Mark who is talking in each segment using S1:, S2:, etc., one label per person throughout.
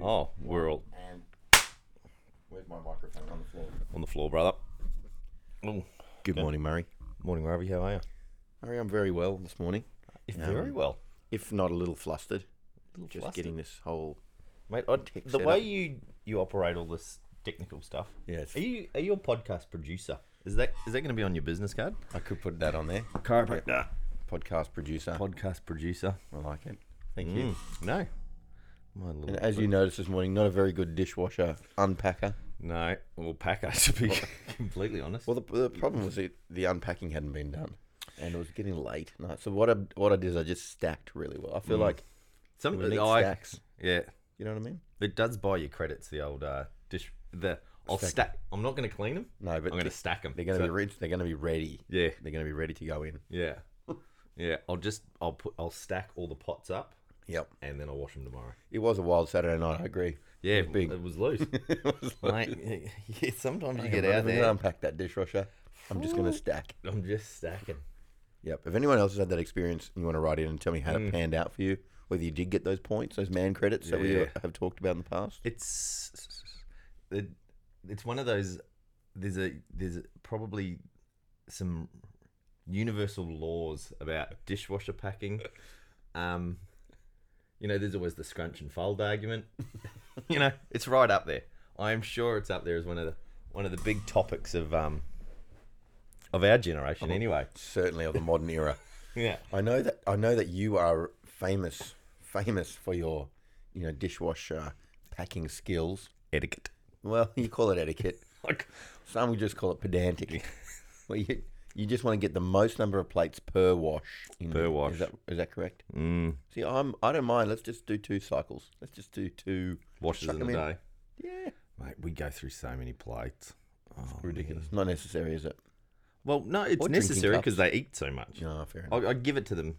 S1: Oh, we're all
S2: And where's my microphone on the floor?
S1: on the floor, brother. Oh,
S2: Good
S1: Yeah.
S2: morning, Murray.
S1: morning, Ravi. How are you?
S2: Murray, I'm very well this morning,
S1: You're
S2: Um,
S1: very well.
S2: if not a little flustered.
S1: Little
S2: just
S1: flustered.
S2: getting this whole.
S1: mate. I,
S2: tech
S1: the
S2: set
S1: way
S2: up.
S1: you you operate all this technical stuff.
S2: Yeah, it's-
S1: Are you are you a podcast producer? Is that is that going to be on your business card?
S2: I could put that on there.
S1: Chiropractor,
S2: Podcast producer.
S1: podcast producer.
S2: I like it.
S1: Thank
S2: you.
S1: No. My little
S2: And as you noticed this morning, not a very good dishwasher unpacker.
S1: no, well, packer to be completely honest.
S2: Well, the, the problem was it, the unpacking hadn't been done, and it was getting late. No, so what I what I did is I just stacked really well. Mm. I feel like
S1: Some
S2: we need
S1: I-
S2: stacks.
S1: yeah,
S2: You know what I mean?
S1: it does buy your credits. The old uh, dish. The I'll stack.
S2: Stack.
S1: I'm not going to clean them.
S2: No, but
S1: I'm going to stack them.
S2: they're going to be rich. They're going to be ready.
S1: yeah.
S2: They're going to be ready to go in.
S1: Yeah. Yeah, I'll just I'll put I'll stack all the pots up
S2: Yep.
S1: and then I'll wash them tomorrow.
S2: It was a wild Saturday night. I agree.
S1: Yeah,
S2: It was big.
S1: It was loose.
S2: It was like,
S1: Mate, yeah, sometimes you
S2: "Hey,
S1: get
S2: I'm
S1: out
S2: going to
S1: there.
S2: unpack that dishwasher. I'm just going to stack.
S1: I'm just stacking.
S2: Yep. If anyone else has had that experience and you want to write in and tell me how it panned out for you, whether you did get those points, those man credits that we
S1: Yeah.
S2: have talked about in the past.
S1: It's it, it's one of those. There's a there's probably some universal laws about dishwasher packing. Um, you know, there's always the scrunch and fold argument. you know, it's right up there. I'm sure it's up there as one of the one of the big topics of um of our generation, anyway.
S2: Certainly of the modern era.
S1: Yeah.
S2: I know that I know that you are famous, famous for your, you know, dishwasher packing skills.
S1: Etiquette.
S2: Well, you call it etiquette.
S1: Like,
S2: Some would just call it pedantic. well, you, you just want to get the most number of plates per wash. In
S1: Per
S2: the,
S1: wash.
S2: Is that, is that correct?
S1: mm,
S2: See, I'm I don't mind. Let's just do two cycles. Let's just do two.
S1: washes
S2: chuck
S1: in a
S2: 'em in.
S1: day.
S2: Yeah,
S1: Mate, we go through so many plates. Oh,
S2: ridiculous. Not necessary, is it?
S1: Well, no, it's
S2: Or drinking
S1: necessary
S2: cups.
S1: because they eat so much.
S2: No, fair enough.
S1: I, I give it to them.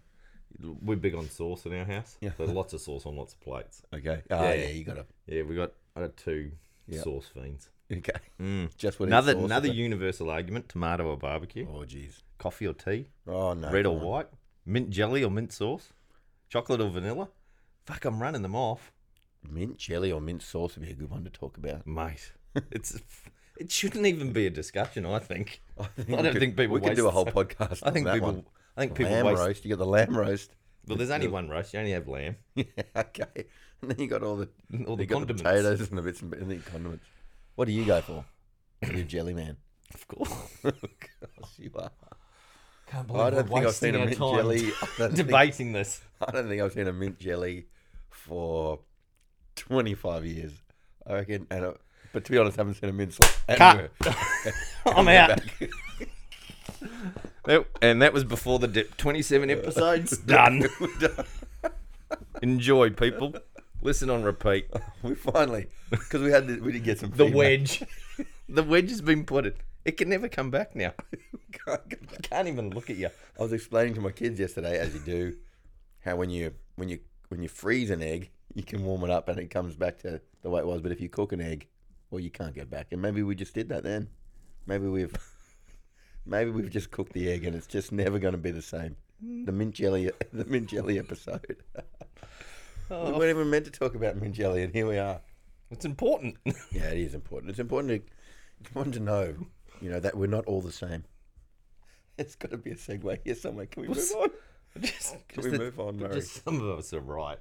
S1: We're big on sauce in our house.
S2: Yeah.
S1: There's lots of sauce on lots of plates.
S2: Okay. Oh,
S1: Yeah.
S2: yeah, you got to.
S1: Yeah, we got I got two
S2: Yeah.
S1: sauce fiends.
S2: Okay. Just
S1: Mm.
S2: what
S1: Another another universal argument: tomato or barbecue,
S2: Oh, jeez.
S1: coffee or tea,
S2: Oh no.
S1: red or
S2: come on.
S1: white, mint jelly or mint sauce, chocolate or vanilla. Fuck, I'm running them off,
S2: Mint jelly or mint sauce would be a good one to talk about.
S1: mate. It's it shouldn't even be a discussion. I think. I,
S2: we
S1: don't
S2: could-
S1: think people.
S2: We could
S1: waste
S2: do a whole
S1: so-
S2: podcast.
S1: I think
S2: on that
S1: people.
S2: One.
S1: I think people
S2: lamb
S1: waste.
S2: roast. You got the lamb roast.
S1: Well, there's only one roast. You only have lamb.
S2: Yeah, okay. And then you got all the
S1: All the
S2: you got
S1: condiments.
S2: potatoes and the bits and, and the condiments. What do you go for? You're jelly man.
S1: Of course.
S2: Yes, you are.
S1: Can't
S2: I don't think I've seen a mint jelly. I don't, think,
S1: debating this.
S2: I don't think I've seen a mint jelly for 25 years. I reckon. And uh but to be honest, I haven't seen a mint sauce.
S1: Cut.
S2: anywhere.
S1: I'm out. That- and that was before the dip. 27 episodes. Done.
S2: We're done.
S1: Enjoy, people. Listen on repeat.
S2: We finally, because we had the, we did get some
S1: The
S2: feedback.
S1: wedge. the wedge has been put in. It can never come back now. I can't even look at you.
S2: I was explaining to my kids yesterday, as you do, how when you when you when you freeze an egg, you can warm it up and it comes back to the way it was. But if you cook an egg, well, you can't get back. And maybe we just did that then. Maybe we've maybe we've just cooked the egg and it's just never going to be the same. The mint jelly, the mint jelly episode. we weren't even meant to talk about mint jelly, and here we are.
S1: It's important.
S2: Yeah, it is important. It's important to it's important to know, you know, that we're not all the same. It's got to be a segue here somewhere. Can we move on?
S1: just,
S2: Can we move on, Murray?
S1: Just some of us are right.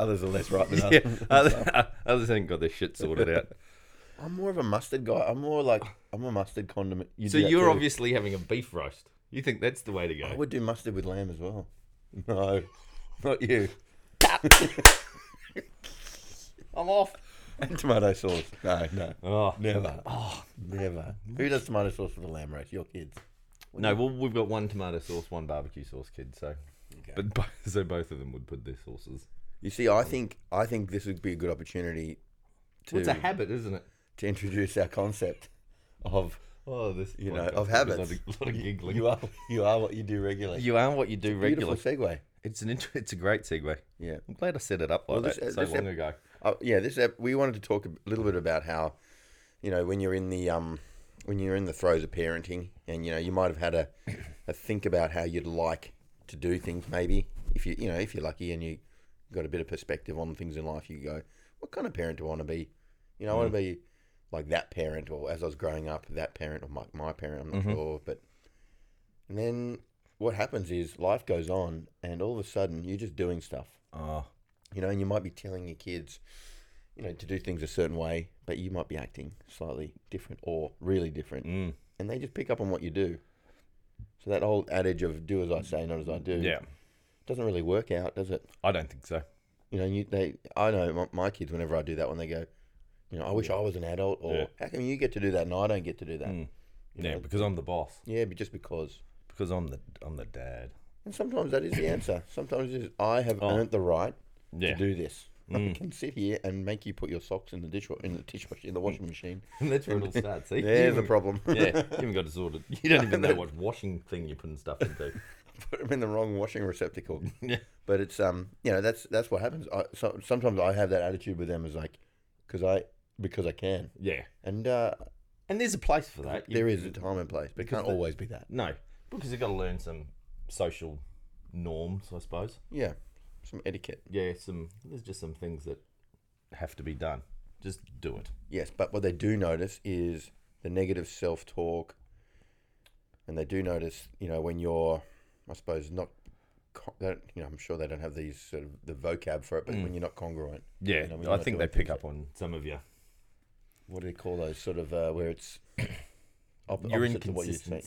S2: Others are less right than
S1: Yeah,
S2: others.
S1: others, Uh, others haven't got their shit sorted out.
S2: I'm more of a mustard guy. I'm more like I'm a mustard condiment. You
S1: So
S2: do that
S1: you're
S2: too.
S1: obviously having a beef roast. You think that's the way to
S2: I
S1: go?
S2: would do mustard with lamb as well. No, not you.
S1: I'm off.
S2: And tomato sauce. No, no,
S1: Oh,
S2: never. Oh, never. Who does tomato sauce with a lamb roast? Your kids.
S1: No, well, we've got one tomato sauce, one barbecue sauce, kid. So, but bo- so both of them would put their sauces.
S2: You see, I think I think this would be a good opportunity to
S1: Well, it's a habit, isn't it?
S2: to introduce our concept of
S1: Oh, this you
S2: know, of habits.
S1: A lot of, lot of giggling.
S2: you are you are what you do regularly.
S1: You are what you do
S2: Beautiful
S1: regularly.
S2: segue.
S1: It's an int- it's a great segue.
S2: Yeah.
S1: I'm glad I set it up like
S2: this-
S1: that
S2: uh,
S1: so
S2: this
S1: long
S2: ep-
S1: ago.
S2: Uh, yeah, this ep- we wanted to talk a little bit about how, you know, when you're in the um, when you're in the throes of parenting, and you know, you might have had a, a think about how you'd like to do things, maybe if you you know if you're lucky and you got a bit of perspective on things in life, you go, what kind of parent do I want to be? You know, I want to be like that parent, or as I was growing up, that parent, or my, my parent, I'm not sure. But and then what happens is life goes on, and all of a sudden you're just doing stuff,
S1: Oh,
S2: you know, and you might be telling your kids, you know, to do things a certain way, but you might be acting slightly different or really different,
S1: mm,
S2: and they just pick up on what you do. So that old adage of "do as I say, not as I do"
S1: yeah.
S2: doesn't really work out, does it?
S1: I don't think so.
S2: You know, you, they. I know my, my kids. Whenever I do that, when they go, you know, I wish I was an adult, or
S1: Yeah.
S2: how come you get to do that and I don't get to do that?
S1: Mm.
S2: You
S1: Yeah,
S2: know?
S1: because I'm the boss.
S2: Yeah, but just because.
S1: Because I'm the I'm the dad.
S2: And sometimes that is the answer. Sometimes it's I have
S1: Oh.
S2: earned the right
S1: Yeah.
S2: to do this. I
S1: Mm.
S2: can sit here and make you put your socks in the dishwasher, in the dishwasher, in the washing machine.
S1: That's where it all starts. See? You
S2: There's a
S1: haven't-
S2: problem.
S1: yeah, you haven't got it sorted. You don't even know what washing thing you're putting stuff into.
S2: put them in the wrong washing receptacle.
S1: Yeah.
S2: But it's um, you know, that's that's what happens. I, so, sometimes I have that attitude with them is like, because I because I can,
S1: Yeah.
S2: and uh,
S1: And there's a place for that. You-
S2: there is a time and place, but it
S1: because
S2: can't
S1: the-
S2: always be that.
S1: No, because you've got to learn some social norms, I suppose.
S2: Yeah, some etiquette.
S1: Yeah, some there's just some things that have to be done. Just do it.
S2: Yes, but what they do notice is the negative self talk, and they do notice, you know, when you're, I suppose, not, co- they don't, you know, I'm sure they don't have these sort of the vocab for
S1: Mm.
S2: it, but when you're not congruent,
S1: Yeah,
S2: You know, when you're
S1: I
S2: not
S1: think they
S2: doing
S1: pick
S2: things
S1: up on some of you.
S2: what do they call those sort of uh, where it's op-
S1: Your
S2: opposite to what you're saying?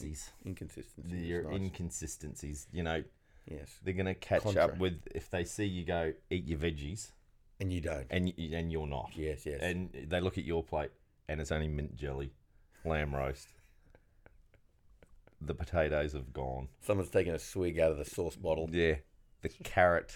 S1: inconsistencies.
S2: Inconsistency. is
S1: Your
S2: nice.
S1: inconsistencies. You know,
S2: yes,
S1: they're gonna catch up
S2: Contrary.
S1: with if they see you go eat your veggies
S2: and you don't.
S1: and y- and you're not.
S2: Yes, yes.
S1: And they look at your plate and it's only mint jelly, lamb roast. The potatoes have gone.
S2: Someone's taking a swig out of the sauce bottle.
S1: Yeah. The carrot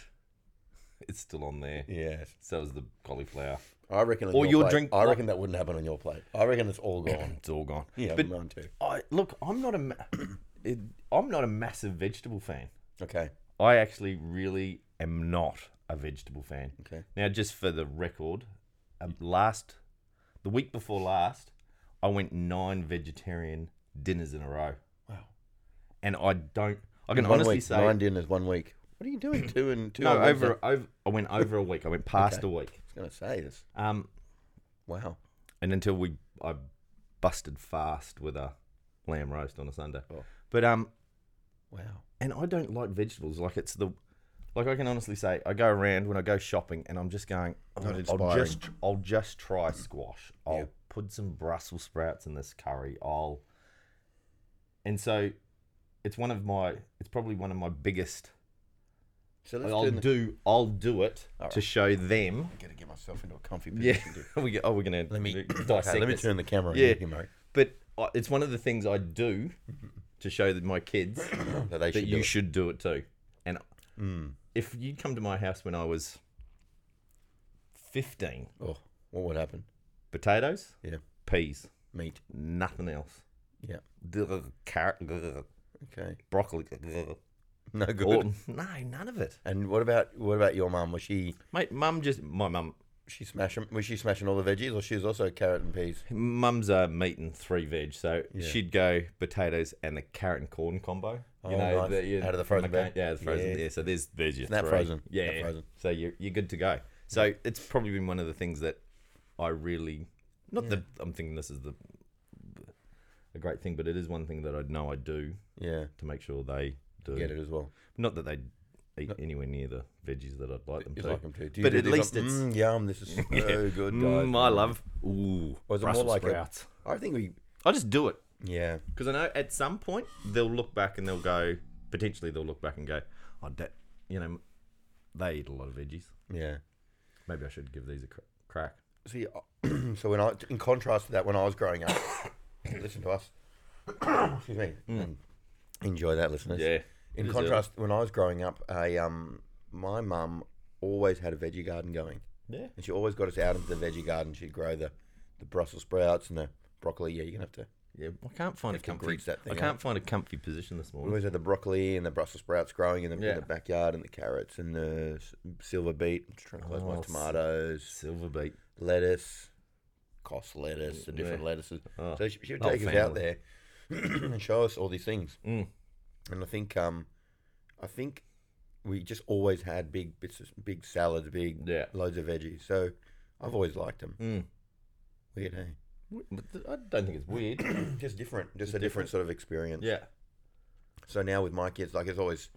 S1: it's still on there.
S2: Yes,
S1: So is the cauliflower.
S2: I reckon. on
S1: Or
S2: your
S1: you'll
S2: plate-
S1: drink-
S2: I reckon that wouldn't happen on your plate. I reckon it's all gone.
S1: It's all gone.
S2: yeah,
S1: But-
S2: mine too.
S1: I look, I'm not a ma- it, I'm not a massive vegetable fan.
S2: Okay,
S1: I actually really am not a vegetable fan.
S2: okay.
S1: Now, just for the record, um, last the week before last, I went nine vegetarian dinners in a row,
S2: Wow.
S1: and I don't. I can
S2: one
S1: honestly
S2: week,
S1: say
S2: nine dinners one week. What are you doing? Two and two.
S1: no.
S2: on Wednesday?
S1: Over, over, I went over a week. I went past
S2: Okay.
S1: a week.
S2: I was gonna say this.
S1: Um,
S2: Wow.
S1: and until we, I busted fast with a lamb roast on a Sunday.
S2: Oh.
S1: But um,
S2: Wow.
S1: and I don't like vegetables. Like it's the, like I can honestly say, I go around when I go shopping, and I'm just going. "Oh,
S2: Not
S1: I'll
S2: inspiring.
S1: just, I'll just try squash. I'll
S2: Yeah.
S1: put some Brussels sprouts in this curry. I'll, and so, it's one of my, it's probably one of my biggest.
S2: So let's
S1: I'll
S2: do.
S1: do, I'll do it
S2: Alright.
S1: to show them.
S2: I'm gonna get myself into a comfy
S1: Yeah,
S2: position. Yeah.
S1: we go, oh, we're gonna
S2: Let me.
S1: dissect
S2: Okay, let me
S1: this.
S2: turn the camera.
S1: Yeah.
S2: Yeah. You, Murray,
S1: But I- it's one of the things I do to show that my kids
S2: that they
S1: that
S2: should.
S1: you
S2: do
S1: should do it too. And
S2: it. Mm.
S1: if you'd come to my house when I was 15,
S2: Oh, what would happen?
S1: potatoes,
S2: Yeah.
S1: peas,
S2: Meat.
S1: nothing else.
S2: Yeah.
S1: Grr, Carrot, grr,
S2: Okay.
S1: broccoli, grr,
S2: No good.
S1: all, no, none of it.
S2: And what about what about your mum? Was she
S1: Mate, mum just, my mum,
S2: she smashing? Was she smashing all the veggies, or she was also carrot and peas?
S1: mum's a meat and three veg, so
S2: Yeah.
S1: she'd go potatoes and the carrot and corn combo.
S2: Oh, nice.
S1: you-
S2: Out of the frozen
S1: okay,
S2: bag?
S1: Yeah, the frozen, yeah.
S2: Yeah.
S1: so there's, there's your
S2: It's not
S1: three.
S2: frozen.
S1: Yeah,
S2: Not
S1: yeah.
S2: frozen.
S1: so you're, you're good to go. So it's probably been one of the things that I really, not that I'm thinking this is the a great thing, but it is one thing that I know I do
S2: Yeah.
S1: to make sure they do.
S2: Get it as well.
S1: Not that they eat anywhere near the veggies that I'd like them
S2: You'd
S1: to.
S2: like 'em to. Do
S1: But
S2: do
S1: at
S2: these,
S1: least
S2: like,
S1: it's-
S2: mm, yum. This is so good, guys.
S1: Mm, I love ooh
S2: Or is it more
S1: Brussels
S2: like a-
S1: sprouts.
S2: I think we.
S1: I just do it.
S2: Yeah.
S1: Because I know at some point they'll look back and they'll go, potentially they'll look back and go, oh, that, you know, they eat a lot of veggies.
S2: Yeah.
S1: Maybe I should give these a cr- crack.
S2: See, I- so when I, in contrast to that, when I was growing up, listen to us. Excuse me. Um, Enjoy that, listeners. In
S1: Mm. It is
S2: contrast, when I was growing up, I, um, my mum always had a veggie garden going,
S1: early. Yeah.
S2: and she always got us out into the veggie garden. She'd grow the, the Brussels sprouts and the broccoli. Yeah, you're gonna have to.
S1: Yeah. I can't find a
S2: to
S1: comfy.
S2: grease that
S1: I
S2: thing
S1: can't find a comfy position this
S2: We
S1: morning.
S2: always had the broccoli and the Brussels sprouts growing in the,
S1: Yeah.
S2: in the backyard, and the carrots and the s- silver beet. I'm just trying to close
S1: Oh,
S2: my
S1: s-
S2: tomatoes,
S1: Silver beet.
S2: lettuce, cost lettuce, and different
S1: Yeah.
S2: lettuces.
S1: Oh,
S2: So she, she would
S1: Whole
S2: take us out there and show us all these things.
S1: Mm.
S2: And I think, um, I think we just always had big bits, of, big salads, big
S1: Yeah.
S2: loads of veggies. So I've always liked them.
S1: Mm.
S2: Weird, hey?
S1: But th- I don't think it's weird.
S2: just different, just a different sort of experience.
S1: yeah.
S2: So now with my kids, like it's always,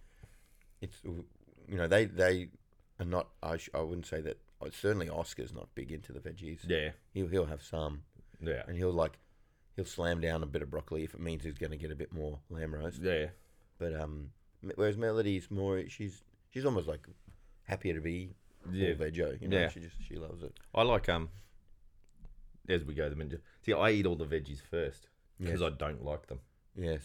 S2: it's you know they they are not. I sh- I wouldn't say that. oh, Certainly, Oscar's not big into the veggies.
S1: Yeah.
S2: He'll he'll have some,
S1: Yeah.
S2: and he'll like he'll slam down a bit of broccoli if it means he's going to get a bit more lamb roast.
S1: Yeah.
S2: But um, m- whereas Melody's more she's she's almost like happier to be
S1: Yeah.
S2: all veggie. You know,
S1: Yeah.
S2: she just she loves it.
S1: I like um. As we go, the ninja. See, I eat all the veggies first because
S2: Yes.
S1: I don't like them.
S2: Yes,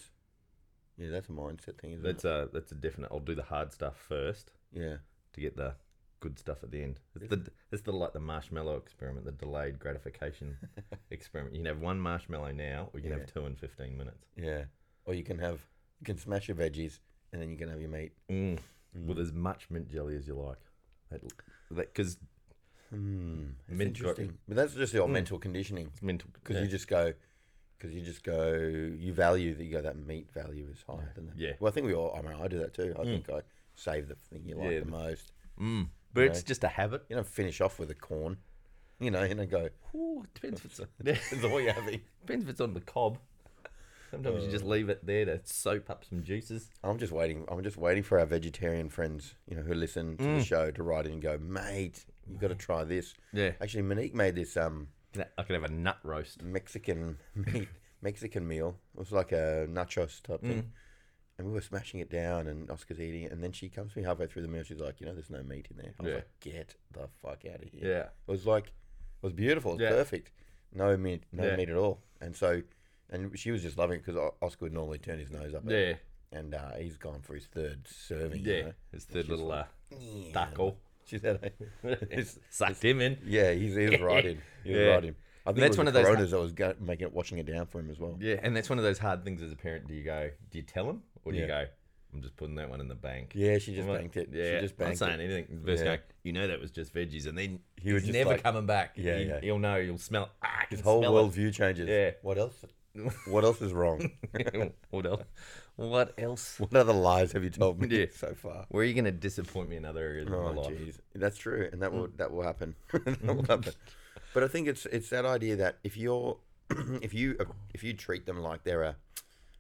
S2: yeah, that's a mindset thing, isn't
S1: That's a that's a definite. I'll do the hard stuff first
S2: it? Yeah,
S1: to get the good stuff at the end. It's the it's the like the marshmallow experiment, the delayed gratification experiment. You can have one marshmallow now, or you can
S2: Yeah.
S1: have two in fifteen minutes
S2: yeah. Or you can have you can smash your veggies and then you can have your meat.
S1: mm. with as much mint jelly as you like. That because
S2: Hmm, that's
S1: Mint got-
S2: interesting. But that's just your
S1: Mm.
S2: mental conditioning
S1: it's mental.
S2: because
S1: yeah.
S2: you just go, because you just go, you value that you go that meat value is higher than that.
S1: Yeah. Mm.
S2: Well, I think we all. I mean, I do that too. I think I save the thing you like
S1: Yeah.
S2: the most.
S1: mm. but it's just a habit.
S2: You don't finish off with a corn. You know, you don't go.
S1: Ooh, it depends if it's
S2: It's all you're having.
S1: Depends if it's on the cob. Sometimes
S2: Uh.
S1: you just leave it there to soak up some juices.
S2: I'm just waiting. I'm just waiting for our vegetarian friends, you know, who listen to
S1: Mm.
S2: the show to write in and go, mate, you got to try this.
S1: Yeah.
S2: Actually, Monique made this um
S1: I could have a nut roast.
S2: Mexican meat, Mexican meal. It was like a nachos type
S1: Mm.
S2: thing. And we were smashing it down, and Oscar's eating it. And then she comes to me halfway through the meal. She's like, "You know, there's no meat in there." I was
S1: Yeah.
S2: like, "Get the fuck out of here!"
S1: Yeah.
S2: It was like, it was beautiful. It was
S1: Yeah.
S2: perfect. No meat, no
S1: Yeah.
S2: meat at all. And so, and she was just loving it because Oscar would normally turn his nose up. at it.
S1: Yeah.
S2: And uh, he's gone for his third serving. you
S1: Yeah.
S2: know?
S1: It's the little uh,
S2: Yeah.
S1: duckle.
S2: She's had a, it's-
S1: Sucked him in.
S2: yeah, he's, he was right in. He was
S1: Yeah.
S2: right in. I
S1: That's
S2: think that's
S1: one
S2: one
S1: of those-
S2: Coronas that was go- making it, watching it down for him as well.
S1: Yeah. And that's one of those hard things as a parent. Do you go, do you tell him? Or do you go, I'm just putting that one in the bank?
S2: Yeah, she just
S1: I'm like,
S2: banked it.
S1: Yeah,
S2: she just
S1: I'm not
S2: banked
S1: saying
S2: it.
S1: anything. Versus
S2: Yeah.
S1: going, you know that was just veggies, and then
S2: He was
S1: he's
S2: just
S1: never
S2: like-
S1: coming back.
S2: Yeah,
S1: he,
S2: yeah.
S1: He'll know. You'll smell. it. Ah, I can
S2: His whole
S1: smell
S2: worldview changes.
S1: Yeah.
S2: What else? What else is wrong?
S1: It. what else? What else?
S2: what other lies have you told me
S1: Yeah.
S2: so far?
S1: Where are you going to disappoint me in other areas
S2: Oh,
S1: of my life?
S2: jeez, that's true, and that will
S1: Mm.
S2: that will happen. that will happen. But I think it's it's that idea that if you're if you if you treat them like they're a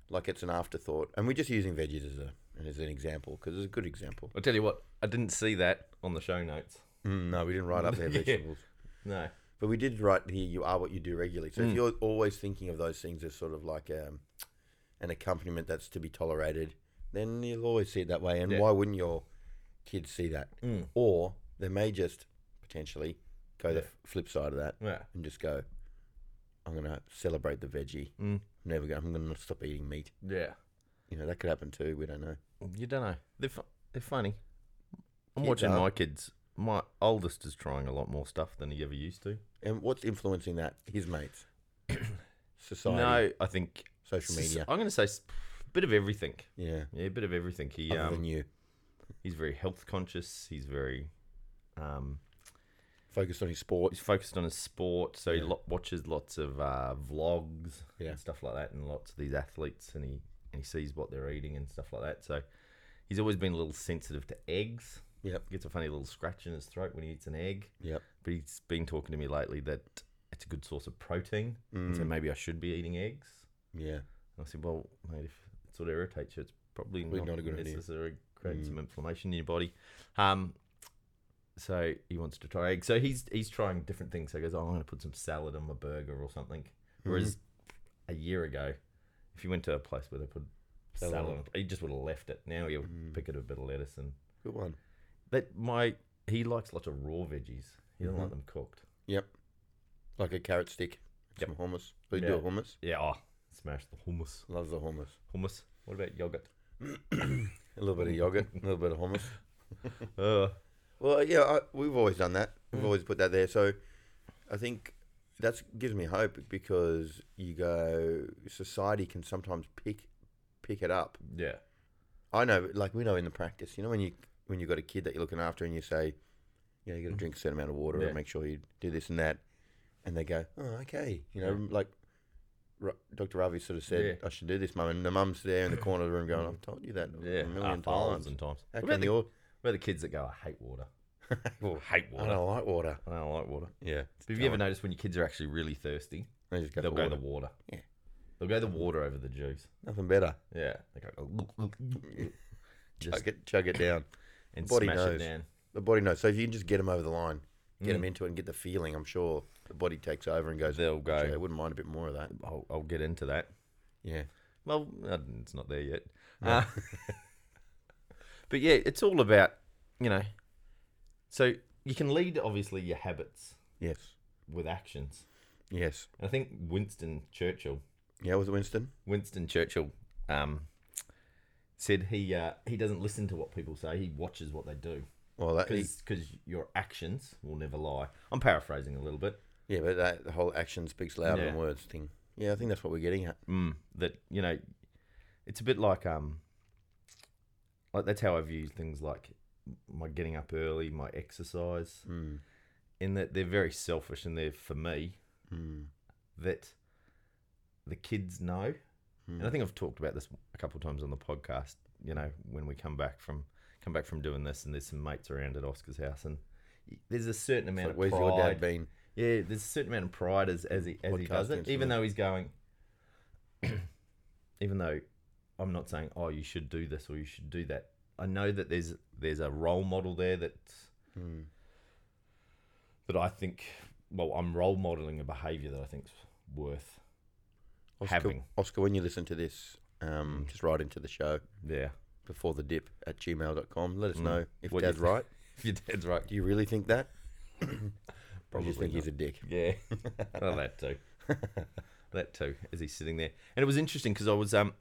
S2: like it's an afterthought, and we're just using veggies as a as an example because it's a good example.
S1: I'll tell you what, I didn't see that on the show notes.
S2: Mm, no, we didn't write up their
S1: Yeah.
S2: vegetables.
S1: No.
S2: But we did write here, you are what you do regularly.
S1: Hmm.
S2: So if you're always thinking of those things as sort of like um, an accompaniment that's to be tolerated, then you'll always see it that way. And
S1: Yeah.
S2: why wouldn't your kids see that?
S1: Mm.
S2: Or they may just potentially go the
S1: Yeah. Hmm.
S2: f- flip side of that
S1: Yeah.
S2: and just go, I'm going to celebrate the veggie.
S1: Mm.
S2: I'm never going, I'm going to stop eating meat.
S1: Yeah.
S2: You know, that could happen too. We don't know.
S1: You don't know. They're, fu- they're funny. I'm
S2: Kids
S1: watching
S2: are.
S1: my kids. My oldest is trying a lot more stuff than he ever used to.
S2: And what's influencing that? His mates, society,
S1: No, I think.
S2: social media.
S1: I'm going to say s- bit of everything.
S2: yeah.
S1: Yeah, a bit of everything. He
S2: Other
S1: um,
S2: than you.
S1: he's very health conscious. He's very um,
S2: Focused on his sport.
S1: he's focused on his sport, so he lo- watches lots of uh, vlogs
S2: Yeah.
S1: and stuff like that, and lots of these athletes, and he and he sees what they're eating and stuff like that. So he's always been a little sensitive to eggs.
S2: Yep.
S1: gets a funny little scratch in his throat when he eats an egg.
S2: Yep.
S1: But he's been talking to me lately that it's a good source of protein, and
S2: Mm.
S1: so maybe I should be eating eggs.
S2: Yeah.
S1: And I said, well, mate, if it sort of irritates you, it's probably
S2: Probably
S1: not,
S2: not a good idea. Mm.
S1: necessary. Create some inflammation in your body. Um, so he wants to try eggs. So he's he's trying different things. So he goes, oh, I'm going to put some salad on my burger or something.
S2: Mm-hmm.
S1: Whereas a year ago, if you went to a place where they put salad,
S2: Salad. Mm.
S1: on- he just would have left it. Now he'll pick it a bit of lettuce and
S2: Mm-hmm. Good one.
S1: that my he likes lots of raw veggies. He doesn't
S2: Mm-hmm.
S1: like them cooked.
S2: Yep. Like a carrot stick. Some hummus. So you do a
S1: Yeah.
S2: hummus.
S1: Yeah, oh, smash the hummus.
S2: Loves the hummus.
S1: Hummus. What about yogurt?
S2: A little bit of yogurt, a little bit of hummus.
S1: Uh,
S2: Well, yeah, I, we've always done that. We've always put that there. So I think that gives me hope because you go, society can sometimes pick pick it up.
S1: yeah,
S2: I know, like we know in the practice, you know, when you when you've got a kid that you're looking after and you say, you know, you got to drink a certain amount of water
S1: Mm. Yeah.
S2: and make sure you do this and that, and they go, oh, okay, you know, like R- Dr. Ravi sort of said, I should do this, mum, and the mum's there in the corner of the room going, I've told you that
S1: yeah. ah,
S2: a
S1: a
S2: million times.
S1: thousand times.
S2: How
S1: What
S2: come
S1: about the,
S2: you're
S1: We're the kids that go, I hate water.
S2: Well,
S3: Hate
S2: I
S3: water.
S2: don't like water.
S1: I don't like water.
S2: Yeah.
S1: But have you ever noticed when your kids are actually really thirsty,
S2: They just go
S1: they'll
S2: for
S1: go
S2: water.
S1: the water.
S2: Yeah.
S1: They'll go the water over the juice.
S2: Nothing better.
S1: Yeah. They go
S2: chug it, chug it down.
S1: and
S2: Body
S1: smash
S2: knows.
S1: it down.
S2: The body knows. So if you can just get them over the line, get them
S1: Mm.
S2: into it, and get the feeling, I'm sure the body takes over and goes.
S1: They'll go.
S2: "Actually, I wouldn't mind a bit more of that.
S1: I'll, I'll get into that.
S2: Yeah.
S1: Well, uh, it's not there yet. Uh, but yeah, it's all about, you know. So you can lead, obviously, your habits
S2: Yes.
S1: with actions.
S2: Yes.
S1: And I think Winston Churchill,
S2: Yeah. Was it Winston?
S1: Winston Churchill, um, said he uh, he doesn't listen to what people say. He watches what they do
S2: Well, that.
S1: because your actions will never lie. I'm paraphrasing a little bit.
S2: yeah, but that, the whole action speaks louder than
S1: Yeah.
S2: words thing. Yeah, I think that's what we're getting at.
S1: Mm, that you know, it's a bit like um, like that's how I view things like my getting up early, my exercise.
S2: Mm.
S1: in that they're very selfish and they're for me
S2: Mm.
S1: that the kids know and
S2: Hmm.
S1: i think i've talked about this a couple of times on the podcast you know when we come back from come back from doing this and there's some mates around at oscar's house and y- there's a certain amount
S2: Like,
S1: of
S2: where's
S1: pride.
S2: your dad been?
S1: yeah there's a certain amount of pride as as he, as he does
S2: Podcasting,
S1: it even
S2: yeah.
S1: though he's going even though i'm not saying oh you should do this or you should do that i know that there's there's a role model there that's
S2: Mm.
S1: that I think, well, I'm role modeling a behaviour that I think's worth
S2: Oscar,
S1: having.
S2: Oscar, when you listen to this, um, just write into the show
S1: Yeah.
S2: before the dip at gmail.com. Let us
S1: Mm.
S2: know if
S1: What you
S2: dad's
S1: think.
S2: right.
S1: If your dad's right,
S2: Do you really think that? I
S1: probably.
S2: just think
S1: not.
S2: he's a dick.
S1: yeah. well, Oh, that too. That too. As he's sitting there, and it was interesting because I was um,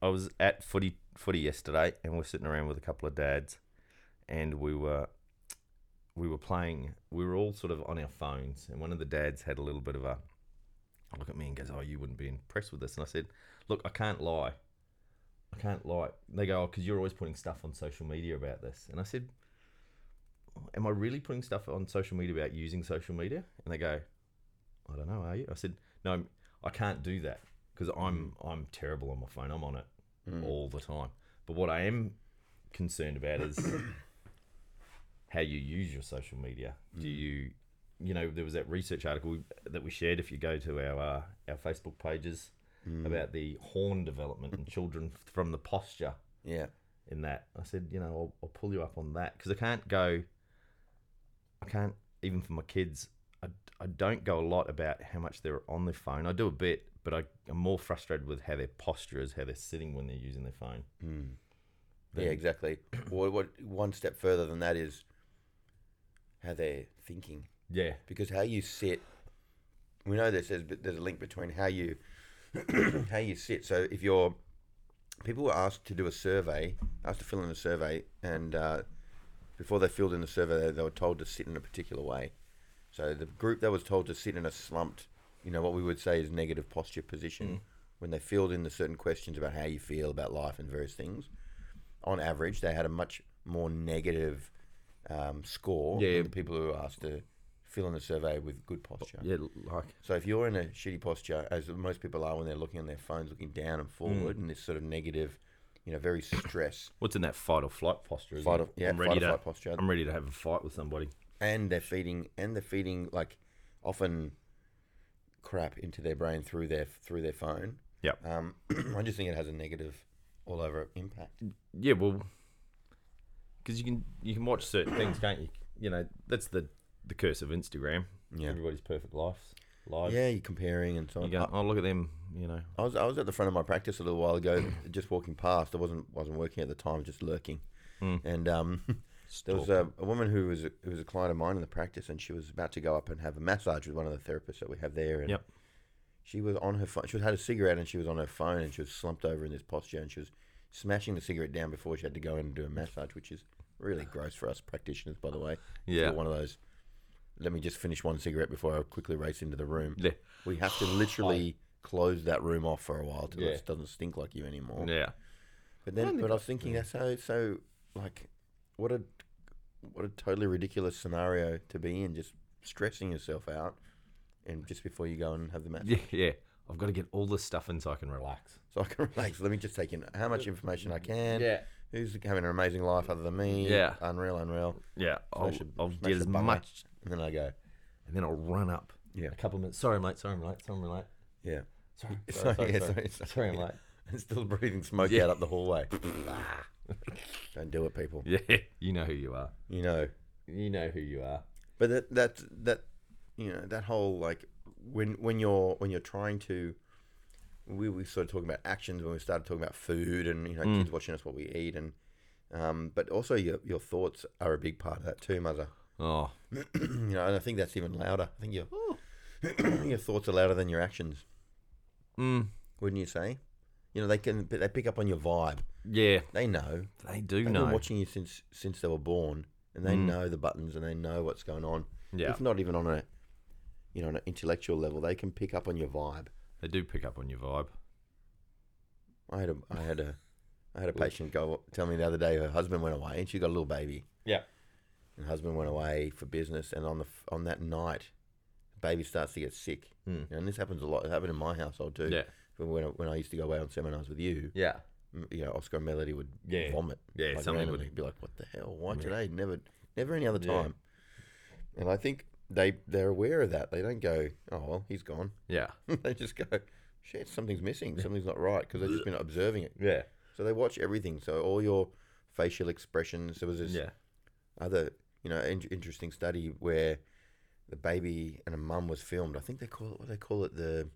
S1: I was at footy footy yesterday, and we're sitting around with a couple of dads, and we were. We were playing. We were all sort of on our phones, and one of the dads had a little bit of a look at me and goes, "Oh, you wouldn't be impressed with this." And I said, "Look, I can't lie. I can't lie." They go, "Oh, because you're always putting stuff on social media about this." And I said, "Am I really putting stuff on social media about using social media?" And they go, "I don't know. Are you?" I said, "No, I'm- I can't do that because I'm I'm terrible on my phone. I'm on it all the time. But what I am concerned about is how you use your social media. Do you, you know, there was that research article we, that we shared. If you go to our uh, our Facebook pages about the horn development and children from the posture
S2: Yeah.
S1: in that, I said, you know, I'll, I'll pull you up on that because I can't go. I can't even for my kids. I, I don't go a lot about how much they're on their phone. I do a bit, but I, I'm more frustrated with how their posture is, how they're sitting when they're using their phone.
S2: Mm.
S1: Then-
S2: yeah, exactly. what, what one step further than that is how they're thinking,
S1: Yeah,
S2: because how you sit. We know this. There's, there's a link between how you how you sit. So if you're people were asked to do a survey, asked to fill in a survey, and uh, before they filled in the survey, they, they were told to sit in a particular way. So the group that was told to sit in a slumped, you know, what we would say is negative posture position,
S1: Mm.
S2: when they filled in the certain questions about how you feel about life and various things, on average, they had a much more negative um, score
S1: Yeah.
S2: than the people who were asked to fill in the survey with good posture.
S1: yeah, like
S2: So if you're in a shitty posture, as most people are when they're looking on their phones, looking down and forward,
S1: Mm.
S2: and this sort of negative, you know, very stress,
S1: What's in that fight or flight posture? Isn't
S2: Fight
S1: it?
S2: or- yeah,
S1: I'm
S2: fight
S1: ready
S2: or
S1: to,
S2: flight posture.
S1: I'm ready to have a fight with somebody.
S2: and they're feeding, and they're feeding like often crap into their brain through their through their phone.
S1: Yep.
S2: Um, I just think it has a negative all over impact.
S1: Yeah, well, because you can you can watch certain things, can't you? You know, that's the the curse of Instagram.
S2: Yeah.
S1: everybody's perfect lives. Lives.
S2: Yeah, you're comparing and so
S1: You go,
S2: on.
S1: oh look at them. You know.
S2: I was I was at the front of my practice a little while ago, just walking past. I wasn't wasn't working at the time, just lurking.
S1: Mm.
S2: And um, there
S1: uh,
S2: was a, a woman who was a, who was a client of mine in the practice, and she was about to go up and have a massage with one of the therapists that we have there. And
S1: Yep.
S2: she was on her phone. She had a cigarette, and she was on her phone, and she was slumped over in this posture, and she was smashing the cigarette down before she had to go in and do a massage, which is really gross for us practitioners, by the way.
S1: Yeah.
S2: We're one of those. Let me just finish one cigarette before I quickly race into the room.
S1: Yeah.
S2: We have to literally close that room off for a while till
S1: Yeah.
S2: it doesn't stink like you anymore.
S1: Yeah.
S2: But then,
S1: Kinda
S2: but I was thinking that's so so like, what a what a totally ridiculous scenario to be in, just stressing yourself out, and just before you go and have the match.
S1: Yeah. Yeah. I've got to get all this stuff in so I can relax.
S2: So I can relax. Let me just take in how much information I can. Who's having an amazing life other than me?
S1: Yeah.
S2: Unreal, unreal.
S1: Yeah,
S2: I
S1: I'll,
S2: should
S1: I'll
S2: smash
S1: get
S2: the
S1: as
S2: button.
S1: much,
S2: And then I go,
S1: and then I'll run up.
S2: Yeah.
S1: a couple of minutes. Sorry, mate. Sorry, mate. Sorry, mate.
S2: yeah.
S1: Sorry, sorry,
S2: Sorry,
S1: sorry,
S2: yeah,
S1: sorry,
S2: sorry,
S1: sorry,
S2: sorry.
S1: I'm late.
S2: And still breathing smoke out up the hallway. Don't do it, people.
S1: Yeah, you know who you are.
S2: You know.
S1: You know who you are.
S2: But that that that you know that whole like when when you're when you're trying to we we started talking about actions when we started talking about food and you know kids watching us what we eat and um, but also your your thoughts are a big part of that too, mother.
S1: Oh,
S2: you know, and I think that's even louder. I think your your thoughts are louder than your actions,
S1: mm,
S2: wouldn't you say? You know, they can they pick up on your vibe.
S1: yeah,
S2: They know.
S1: they do
S2: They've
S1: know.
S2: been watching you since since they were born, and they know the buttons and they know what's going on.
S1: Yeah.
S2: If not even on a, you know, on an intellectual level, they can pick up on your vibe.
S1: They do pick up on your vibe.
S2: I had a I had a I had a patient go tell me the other day her husband went away and she got a little baby.
S1: Yeah.
S2: And husband went away for business, and on the f- on that night, the baby starts to get sick.
S1: Mm.
S2: And this happens a lot. It happened in my household too.
S1: Yeah,
S2: When when I, when I used to go away on seminars with you,
S1: yeah,
S2: m- you know, Oscar and Melody would
S1: Yeah.
S2: vomit.
S1: Yeah,
S2: like
S1: something would-
S2: randomly. be like, "What the hell? Why today? Never, never any other
S1: Yeah.
S2: time." And I think they they're aware of that. They don't go, "Oh well, he's gone."
S1: yeah,
S2: they just go, "Shit, something's missing. Something's not right," because they've just been observing it.
S1: yeah,
S2: So they watch everything. So all your facial expressions. There was this
S1: yeah.
S2: other, you know, in- interesting study where the baby and a mum was filmed. I think they call it what do they call it the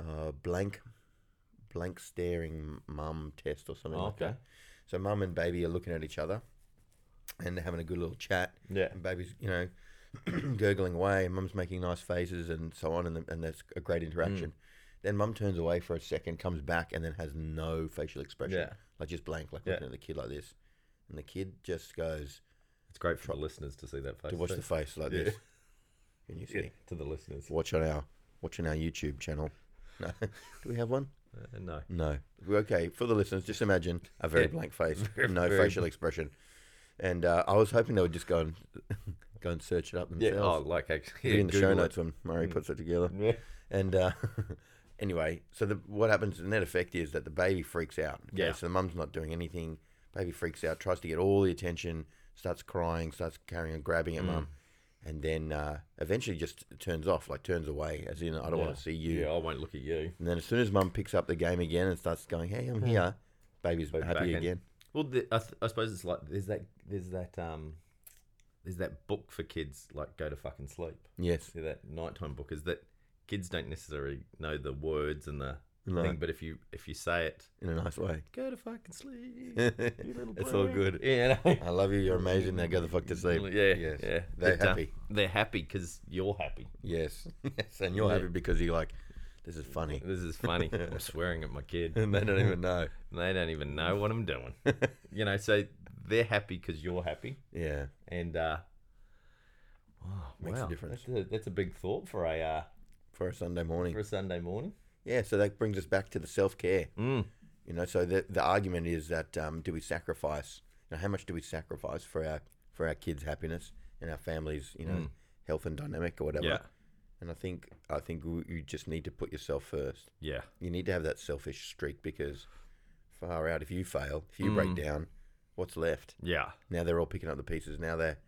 S2: uh, blank, blank staring mum test or something like
S1: Oh, Okay,
S2: that. So mum and baby are looking at each other, and they're having a good little chat.
S1: yeah,
S2: And baby's, you know, gurgling away, and mum's making nice faces and so on, and, the, and that's a great interaction.
S1: Mm.
S2: Then mum turns away for a second, comes back, and then has no facial expression.
S1: Yeah.
S2: Like just blank, like
S1: Yeah.
S2: looking at the kid like this. And the kid just goes
S1: it's great for the listeners to see that face.
S2: to watch
S1: too.
S2: the face like
S1: Yeah.
S2: this. Can you see?
S1: Yeah, to the listeners.
S2: Watch on our watch on our YouTube channel. No. Do we have one?
S1: Uh, no,
S2: No. Okay, for the listeners, just imagine a very
S1: Yeah.
S2: blank face,
S1: Very-
S2: no
S1: very-
S2: facial expression. And uh, I was hoping they would just go and go and search it up
S1: yeah,
S2: themselves.
S1: oh, like actually,
S2: It'll
S1: yeah,
S2: be in the show
S1: Google Mm.
S2: notes when Murray puts it together.
S1: it. Yeah.
S2: And uh, anyway, so the, what happens, the net effect is that the baby freaks out.
S1: Yeah.
S2: So the mum's not doing anything. Baby freaks out, tries to get all the attention, starts crying, starts carrying and grabbing
S1: Mm.
S2: at mum. And then uh, eventually just turns off, like turns away, as in, I don't want to see you.
S1: Yeah, I won't look at you.
S2: And then as soon as mum picks up the game again and starts going, hey, I'm here, baby's
S1: Hmm. Baby back
S2: happy
S1: in.
S2: again.
S1: Well, the, I, th- I suppose it's like there's that there's that um there's that book for kids like go to fucking sleep.
S2: Yes.
S1: See that nighttime book is that kids don't necessarily know the words and the
S2: No.
S1: thing, but if you if you say it,
S2: In a nice way.
S1: go to fucking sleep. you little
S2: it's all
S1: prick.
S2: good.
S1: Yeah, I know.
S2: I love you. You're amazing. Now go the fuck to sleep.
S1: yeah,
S2: Yes.
S1: yeah.
S2: They're
S1: But, uh,
S2: happy.
S1: they're happy because you're happy.
S2: Yes. yes. And you're
S1: Yeah.
S2: happy because you're like, this is funny.
S1: This is funny. I'm swearing at my kid.
S2: And they don't even know.
S1: They don't even know what I'm doing. you know, so they're happy because you're happy.
S2: Yeah.
S1: and uh, wow,
S2: Makes a
S1: wow,
S2: difference.
S1: That's a, that's a big thought for a uh,
S2: For a Sunday morning.
S1: for a Sunday morning.
S2: Yeah. So that brings us back to the self care.
S1: Mm.
S2: You know, so the, the argument is that um, do we sacrifice, you know, how much do we sacrifice for our, for our kids' happiness and our families, you know, health and dynamic or whatever?
S1: Mm. Yeah,
S2: And I think, I think w- you just need to put yourself first.
S1: yeah,
S2: You need to have that selfish streak because far out, if you fail, if you break
S1: Mm.
S2: down, what's left?
S1: yeah,
S2: now they're all picking up the pieces. Now they're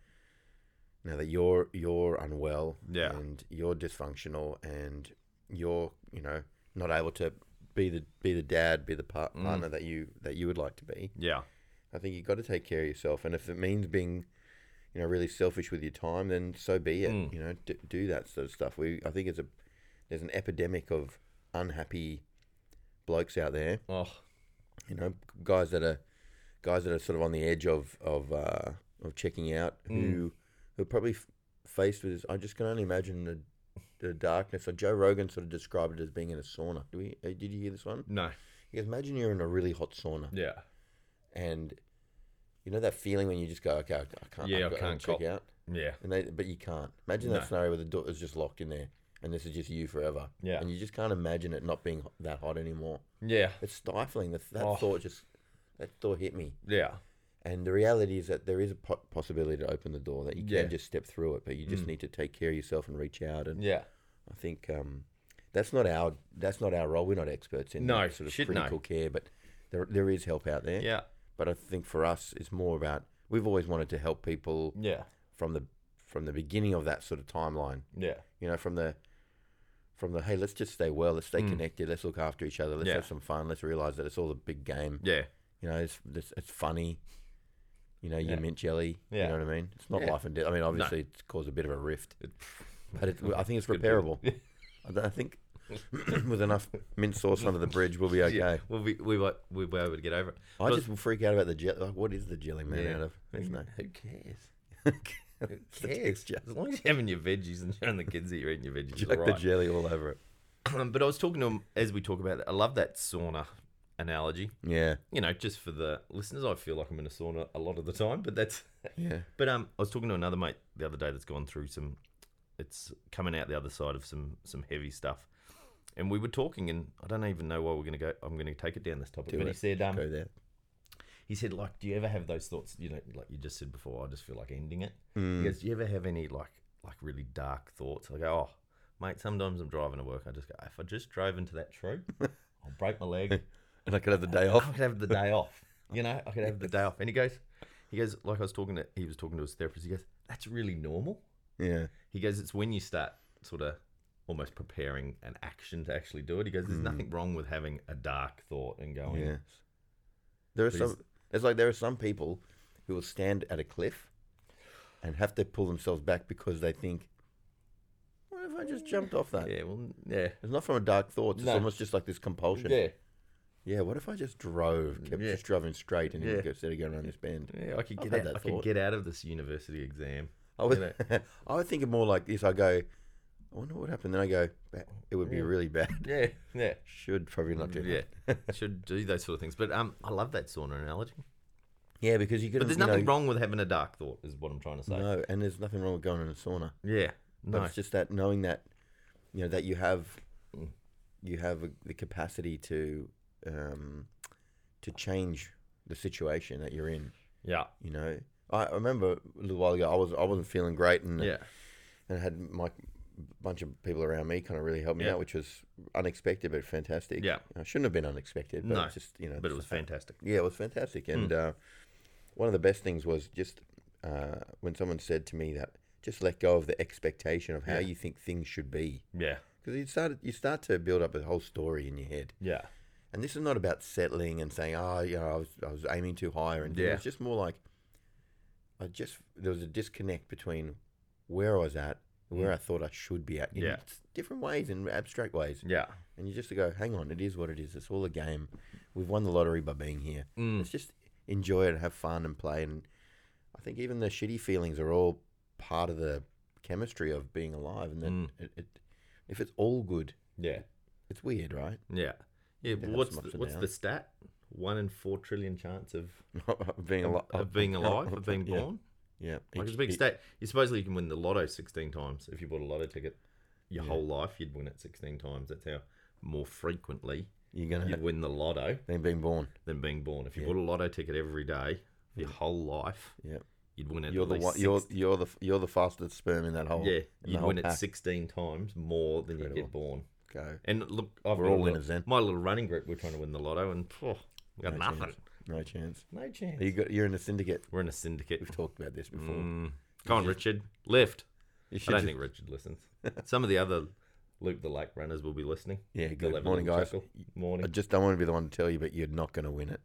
S2: now that you're you're unwell
S1: Yeah.
S2: and you're dysfunctional and you're you know not able to be the be the dad, be the par- partner that you that you would like to be.
S1: yeah,
S2: I think you got to take care of yourself, and if it means being you know really selfish with your time, then so be it. You know, d- do that sort of stuff. We I think it's a there's an epidemic of unhappy blokes out there
S1: oh,
S2: you know, guys that are guys that are sort of on the edge of of uh, of checking out,
S1: Hmm.
S2: who who are probably f- faced with this. I just can only imagine the the darkness. So Joe Rogan sort of described it as being in a sauna. Do we? uh, Did you hear this one?
S1: no,
S2: He goes, imagine you're in a really hot sauna,
S1: yeah,
S2: and you know that feeling when you just go, okay, I I can't,
S1: Yeah,
S2: I've
S1: I
S2: got to
S1: can't
S2: check
S1: cop.
S2: out,
S1: yeah,
S2: and they, but you can't. Imagine that
S1: No.
S2: scenario where the door is just locked in there, and this is just you forever.
S1: Yeah.
S2: and you just can't imagine it not being h- that hot anymore.
S1: yeah,
S2: It's stifling. That, that
S1: Oh.
S2: thought just that thought hit me.
S1: yeah,
S2: And the reality is that there is a po- possibility to open the door that you can
S1: Yeah. Mm.
S2: just step through it, but you just need to take care of yourself and reach out. And
S1: yeah.
S2: I think um, that's not our that's not our role. We're not experts in
S1: No,
S2: that sort of
S1: shit, no.
S2: critical care, but there there is help out there.
S1: Yeah,
S2: But I think for us, it's more about we've always wanted to help people
S1: Yeah.
S2: from the from the beginning of that sort of timeline.
S1: Yeah.
S2: You know, from the from the hey, let's just stay well, let's stay
S1: Mm.
S2: connected, let's look after each other, let's
S1: Yeah.
S2: have some fun, let's realize that it's all a big game.
S1: Yeah.
S2: You know, it's it's, it's funny. You know, you
S1: Yeah.
S2: mint jelly.
S1: Yeah.
S2: You know what I mean? It's not
S1: Yeah.
S2: life and death. I mean, obviously, it's caused a bit of a rift,
S1: It-
S2: but it, I think it's
S1: Good deal.
S2: repairable. I don't- I think with enough mint sauce under the bridge, we'll be okay.
S1: Yeah. We'll be we might we'll be able to get over it.
S2: I
S1: Plus-
S2: just freak out about the jelly. Like, what is the jelly made
S1: Yeah.
S2: out of? There's no.
S1: Who cares?
S2: Who
S1: Who cares? As long as you're having your veggies and showing the kids that you're eating your veggies,
S2: Chuck
S1: all
S2: the
S1: right.
S2: jelly all over it.
S1: Um, but I was talking to him as we talk about it. I love that sauna analogy.
S2: Yeah.
S1: You know, just for the listeners, I feel like I'm in a sauna a lot of the time, but that's.
S2: Yeah.
S1: But um, I was talking to another mate the other day that's gone through some. It's coming out the other side of some some heavy stuff, and we were talking, and I don't even know why we're gonna go. I'm gonna take it down this topic,
S2: Do
S1: but he
S2: it.
S1: said um,
S2: Go there.
S1: he said, like, do you ever have those thoughts? You know, like you just said before, I just feel like ending it.
S2: Mm.
S1: He goes, do you ever have any like like really dark thoughts? I go, oh, mate, sometimes I'm driving to work. I just go, if I just drove into that tree, I'll break my leg.
S2: And I could have the
S1: I
S2: day off.
S1: could have the day off. You know, I could have the day off. And he goes, he goes, like I was talking to, he was talking to his therapist. He goes, that's really normal.
S2: Yeah.
S1: He goes, it's when you start sort of almost preparing an action to actually do it. He goes, there's nothing wrong with having a dark thought and going,
S2: Hmm. Yeah. There are
S1: Please.
S2: some. It's like there are some people who will stand at a cliff and have to pull themselves back because they think, "What if I just jumped off that?"
S1: yeah, well, yeah,
S2: It's not from a dark thought. It's
S1: No.
S2: almost just like this compulsion.
S1: yeah.
S2: Yeah. What if I just drove? Kept
S1: Yeah.
S2: just driving straight and it
S1: Yeah.
S2: would go- instead of going around this bend.
S1: Yeah, I could
S2: I've
S1: get
S2: had
S1: out,
S2: that
S1: I could
S2: thought.
S1: get out of this university exam.
S2: I would,
S1: You know.
S2: I would think it more like this. I go, I wonder what happened. Then I go, "Ba- it would be really bad.
S1: Yeah, yeah,
S2: Should probably not do
S1: yeah.
S2: that.
S1: Should do those sort of things. But um, I love that sauna analogy.
S2: Yeah, because Mm, you could.
S1: But there's nothing wrong with having a dark thought, is what I'm trying to say.
S2: No, and there's nothing wrong with going in a sauna.
S1: Yeah,
S2: But
S1: no,
S2: it's just that knowing that, you know, that you have,
S1: Mm.
S2: you have a, the capacity to, um, to change the situation that you're in.
S1: yeah,
S2: You know, I I remember a little while ago I was I wasn't feeling great and
S1: yeah,
S2: and I had my bunch of people around me kind of really helped me
S1: Yeah.
S2: out, which was unexpected but fantastic.
S1: Yeah.
S2: You know, shouldn't have been unexpected, but
S1: No,
S2: it's just you know,
S1: but it
S2: it's
S1: was
S2: a fact.
S1: fantastic.
S2: Yeah, it was
S1: Hmm.
S2: fantastic. And uh, one of the best things was just uh, when someone said to me that just let go of the expectation of how
S1: Yeah.
S2: you think things should be.
S1: Yeah,
S2: Because you started, you start to build up a whole story in your head,
S1: yeah,
S2: and this is not about settling and saying, "Oh, you know, I was, I was aiming too high," or anything.
S1: Yeah.
S2: It's just more like, I just there was a disconnect between where I was at, and where I thought I should be at, in
S1: Hmm. Yeah. Hmm.
S2: s- different ways, in abstract ways,
S1: yeah,
S2: and you just go, "Hang on, it is what it is. It's all a game. We've won the lottery by being here.
S1: Mm.
S2: Let's just enjoy it and have fun and play." And I think even the shitty feelings are all part of the chemistry of being alive. And
S1: Hmm.
S2: then it, it, if it's all good,
S1: yeah,
S2: it's weird, right?
S1: yeah. Yeah,
S2: have
S1: what's
S2: some ups
S1: the,
S2: and
S1: what's the
S2: downs.
S1: stat? One in four trillion chance of,
S2: being alive,
S1: of being alive, of being
S2: Yeah.
S1: born.
S2: Yeah, e
S1: Like it's
S2: Each-
S1: a big
S2: each-
S1: stat. You supposedly can win the lotto sixteen times if you bought a lotto ticket. Your whole life, you'd win it sixteen times. That's how more frequently
S2: You're gonna
S1: you'd win the lotto
S2: then being born.
S1: than being born. If you bought a lotto ticket every day for your whole life,
S2: Yeah,
S1: you'd win it.
S2: Mm. you're
S1: at
S2: the
S1: least
S2: one,
S1: six-
S2: you're you're the you're the fastest sperm in that whole
S1: yeah,
S2: in the
S1: you'd
S2: whole
S1: win it
S2: pack.
S1: sixteen times more than you get
S2: Incredible.
S1: born.
S2: Go
S1: And look, I've
S2: We're
S1: got a
S2: all
S1: little-
S2: winners then.
S1: My little running group, we're trying to win the lotto, and phew, we got
S2: No
S1: nothing.
S2: chance. no chance.
S1: No chance.
S2: You got you're in a syndicate.
S1: We're in a syndicate.
S2: We've talked about this before.
S1: Mm. Go on, Richard. Lift.
S2: You
S1: I
S2: should
S1: don't
S2: just-
S1: think Richard listens. Some of the other Luke the Lake runners will be listening.
S2: Yeah,
S1: They'll
S2: good
S1: have a
S2: morning,
S1: little
S2: guys.
S1: chuckle.
S2: I
S1: Morning.
S2: just don't want to be the one to tell you, but you're not going to win it.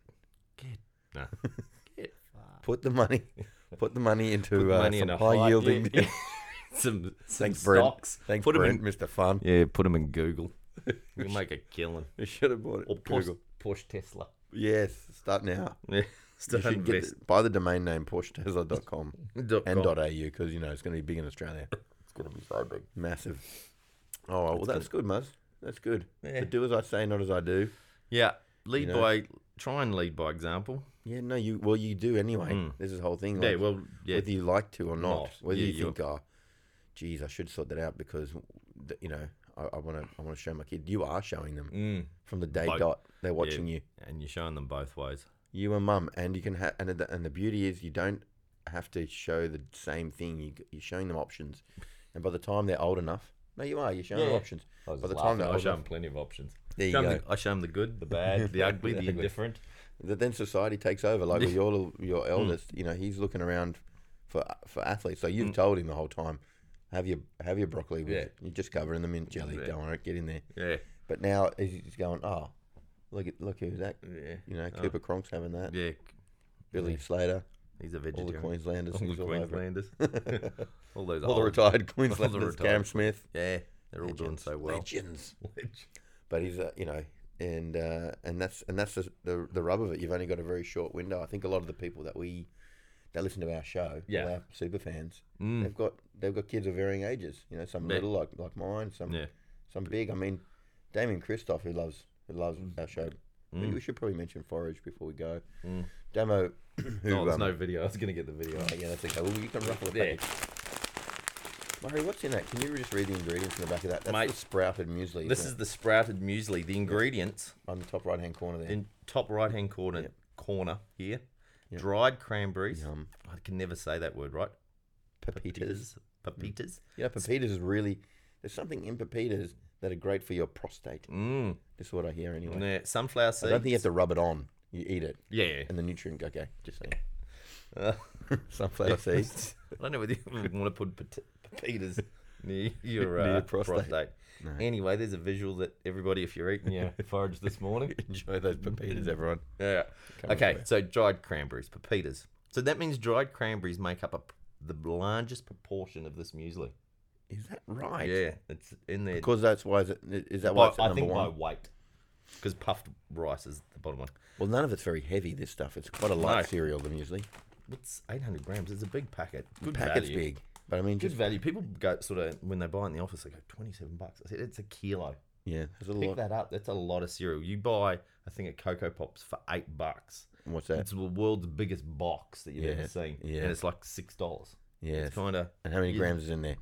S1: Get, no. Get
S2: Put the money, put the money into uh,
S1: money in
S2: some
S1: a
S2: high yielding.
S1: yeah, yeah. some, some
S2: Thanks, Brent.
S1: stocks.
S2: Thanks,
S1: put 'em
S2: Brent, Mr. Fun.
S1: in. Yeah, put them in Google. You make a killing.
S2: You should have bought it.
S1: Or Porsche,
S2: Google.
S1: Porsche Tesla.
S2: Yes, start now.
S1: Yeah.
S2: You
S1: Start
S2: should get
S1: invest.
S2: the, buy the domain name PorscheTesla.com
S1: dot
S2: and
S1: com.
S2: .au because you know it's going to be big in Australia.
S1: It's gonna be so big.
S2: Massive. Oh well, that's good, Muzz. That's good.
S1: Yeah.
S2: So do as I say, not as I do.
S1: Yeah. Lead
S2: know?
S1: by try and lead by example.
S2: Yeah, no, you well, you do anyway. This is the whole thing.
S1: Hmm. Yeah,
S2: like,
S1: well yeah.
S2: whether you like to or not,
S1: Not.
S2: whether
S1: Yeah,
S2: you
S1: you're-
S2: think, oh, geez, I should sort that out because, th- you know, I want to, I want to show my kid. You are showing them
S1: Mm.
S2: from the day
S1: Like-
S2: dot. They're watching you,
S1: And you're showing them both ways.
S2: you and mum, and you can have, and the, and the beauty is you don't have to show the same thing. You, you're showing them options, and by the time they're old enough, no, you are. You're showing them
S1: Yeah.
S2: options.
S1: I was
S2: By the
S1: just
S2: time
S1: laughing.
S2: they're
S1: I
S2: old
S1: show
S2: enough,
S1: them plenty of options.
S2: There you
S1: Show 'em
S2: go.
S1: the- I show them the good, the bad, the ugly, the indifferent.
S2: But then society takes over. Like with your your
S1: Hmm.
S2: eldest, you know, he's looking around for for athletes. So you've told him the whole time, have your have your broccoli. With
S1: Hmm. Yeah.
S2: You're just covering them in jelly.
S1: Yeah.
S2: Don't worry, get in there.
S1: Yeah.
S2: But now he's just going, oh, look at look who's that.
S1: Yeah.
S2: You know, Cooper Cronk's having that.
S1: Oh. Yeah.
S2: Billy Slater,
S1: He's a
S2: all the
S1: vegetarian.
S2: Queenslanders,
S1: all
S2: he's
S1: the
S2: all over. it.
S1: Queenslanders. all those
S2: All the
S1: old-
S2: retired Queenslanders, Cam
S1: retired-
S2: Smith.
S1: Yeah. They're all doing so well.
S2: Legends. But he's, uh, you know, and uh, and that's and that's the, the the rub of it. You've only got a very short window. I think a lot of the people that we that listen to our show,
S1: Yeah.
S2: all our super fans,
S1: Mm.
S2: they've got they've got kids of varying ages. You know, some
S1: Yeah.
S2: little like like mine, some
S1: Yeah.
S2: some big. I mean, Damien Christoph, who loves who loves our show.
S1: Mm.
S2: We should probably mention Forage before we go. Damo, who
S1: Oh, there's
S2: um,
S1: no video. I was going to get the video.
S2: Oh, yeah, that's okay. Well, you can ruffle the
S1: Yeah.
S2: package. Murray, what's in that? Can you just read the ingredients in the back of that? That's
S1: Mate,
S2: the sprouted muesli.
S1: This is the sprouted muesli. The ingredients
S2: on the top right-hand corner there.
S1: in top right hand corner
S2: Yep.
S1: corner here. Dried cranberries.
S2: Yum.
S1: I can never say that word right.
S2: Pepitas.
S1: Pepitas. Pepitas.
S2: You know, pepitas is really. There's something in pepitas that are great for your prostate.
S1: Mm.
S2: This is what I hear anyway.
S1: Yeah, sunflower seeds.
S2: I don't think you have to rub it on. You eat it,
S1: Yeah. yeah.
S2: and the nutrient. Okay, just saying.
S1: Uh,
S2: Sunflower seeds.
S1: I don't know whether you want to put pet- pepitas near your, uh,
S2: Near your
S1: prostate.
S2: prostate.
S1: Anyway, there's a visual that everybody, if you're eating your forage this morning,
S2: Enjoy those
S1: Mm.
S2: pepitas, everyone.
S1: yeah.
S2: Come
S1: okay,
S2: enjoy.
S1: so dried cranberries, pepitas. So that means dried cranberries make up a, p- the largest proportion of this muesli.
S2: Is that right?
S1: Yeah, it's in there.
S2: Because that's why. Is, it, is that why
S1: By-
S2: it's at
S1: I
S2: number
S1: think
S2: one?
S1: by weight, because puffed rice is the bottom one.
S2: Well, none of it's very heavy. This stuff. It's quite a light
S1: No.
S2: cereal. The muesli.
S1: What's 800 grams? It's a big packet. Good
S2: Packet's
S1: value.
S2: big, but I mean,
S1: Good
S2: just
S1: value. People go sort of when they buy it in the office, they go 27 bucks. I said it's a kilo.
S2: yeah. There's a
S1: Pick
S2: lot.
S1: that up. That's a lot of cereal. You buy a thing at Cocoa Pops for eight bucks.
S2: What's that?
S1: It's the world's biggest box that you've ever
S2: Yeah,
S1: seen,
S2: yeah.
S1: and it's like six dollars.
S2: Yeah.
S1: It's kind of
S2: And how many
S1: you-
S2: grams is in there?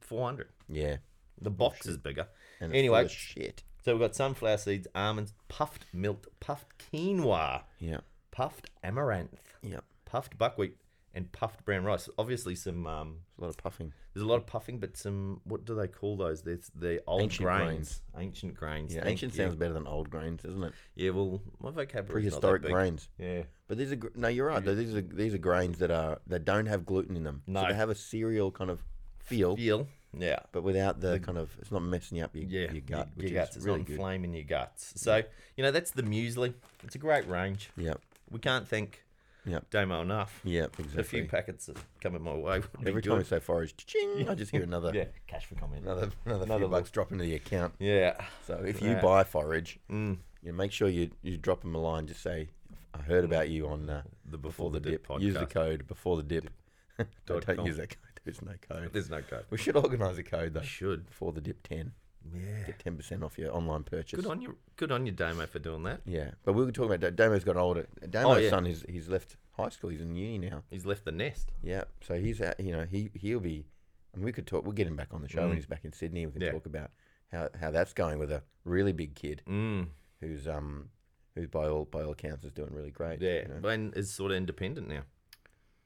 S1: four hundred.
S2: Yeah.
S1: The box is bigger.
S2: And it's full
S1: anyway,
S2: of shit.
S1: so we've got sunflower seeds, almonds, puffed milk, puffed quinoa,
S2: Yeah.
S1: puffed amaranth,
S2: Yeah.
S1: puffed buckwheat, and puffed brown rice. Obviously, some um,
S2: It's a lot of puffing.
S1: There's a lot of puffing, but some what do they call those? There's the old
S2: Ancient
S1: grains.
S2: grains.
S1: ancient grains.
S2: Yeah.
S1: thank
S2: Ancient
S1: you.
S2: sounds better than old grains, doesn't it?
S1: Yeah, well, my vocabulary not that
S2: Prehistoric
S1: big.
S2: grains.
S1: Yeah,
S2: But these are gr- no, you're right. though, These are these are grains that are that don't have gluten in them.
S1: No.
S2: So they have a cereal kind of feel,
S1: feel. Yeah,
S2: but without the kind of it's not messing up your,
S1: yeah.
S2: your gut, which
S1: your guts.
S2: is
S1: It's
S2: really
S1: not
S2: good.
S1: inflaming your guts. So you know that's the muesli. It's a great range.
S2: Yeah.
S1: We can't thank
S2: Yeah.
S1: Damo enough.
S2: Yeah.
S1: a few
S2: Exactly.
S1: packets that coming my way. Would be
S2: Every
S1: good.
S2: time we say forage, ching, I just hear another
S1: yeah, cash for comment.
S2: another another,
S1: Another
S2: few bucks drop into the account.
S1: Yeah,
S2: So if
S1: Yeah.
S2: you buy forage,
S1: Mm.
S2: you know, make sure you, you drop them a line. Just say, I heard about you on uh,
S1: the before
S2: Before the Dip.
S1: podcast.
S2: Use the code Before the Dip.
S1: Dot
S2: don't don't
S1: com.
S2: use that code. There's no code.
S1: There's no code.
S2: We should organise a code, though.
S1: Should
S2: Before the Dip 10.
S1: yeah.
S2: Get 10% off your online purchase.
S1: Good on you. Good on you, Damo, for doing that.
S2: Yeah. But we were talking about that. Damo's got older. Damo's
S1: Oh, yeah.
S2: son, is, he's left high school. He's in uni now.
S1: He's left the nest.
S2: Yeah. So he's at, you know, he, he'll be, and we could talk, we'll get him back on the show
S1: Mm.
S2: when he's back in Sydney. We can
S1: Yeah.
S2: talk about how, how that's going with a really big kid
S1: Mm.
S2: who's, um, who's by all, by all accounts is doing really great. you
S1: Yeah,
S2: know.
S1: Blaine is sort of independent now,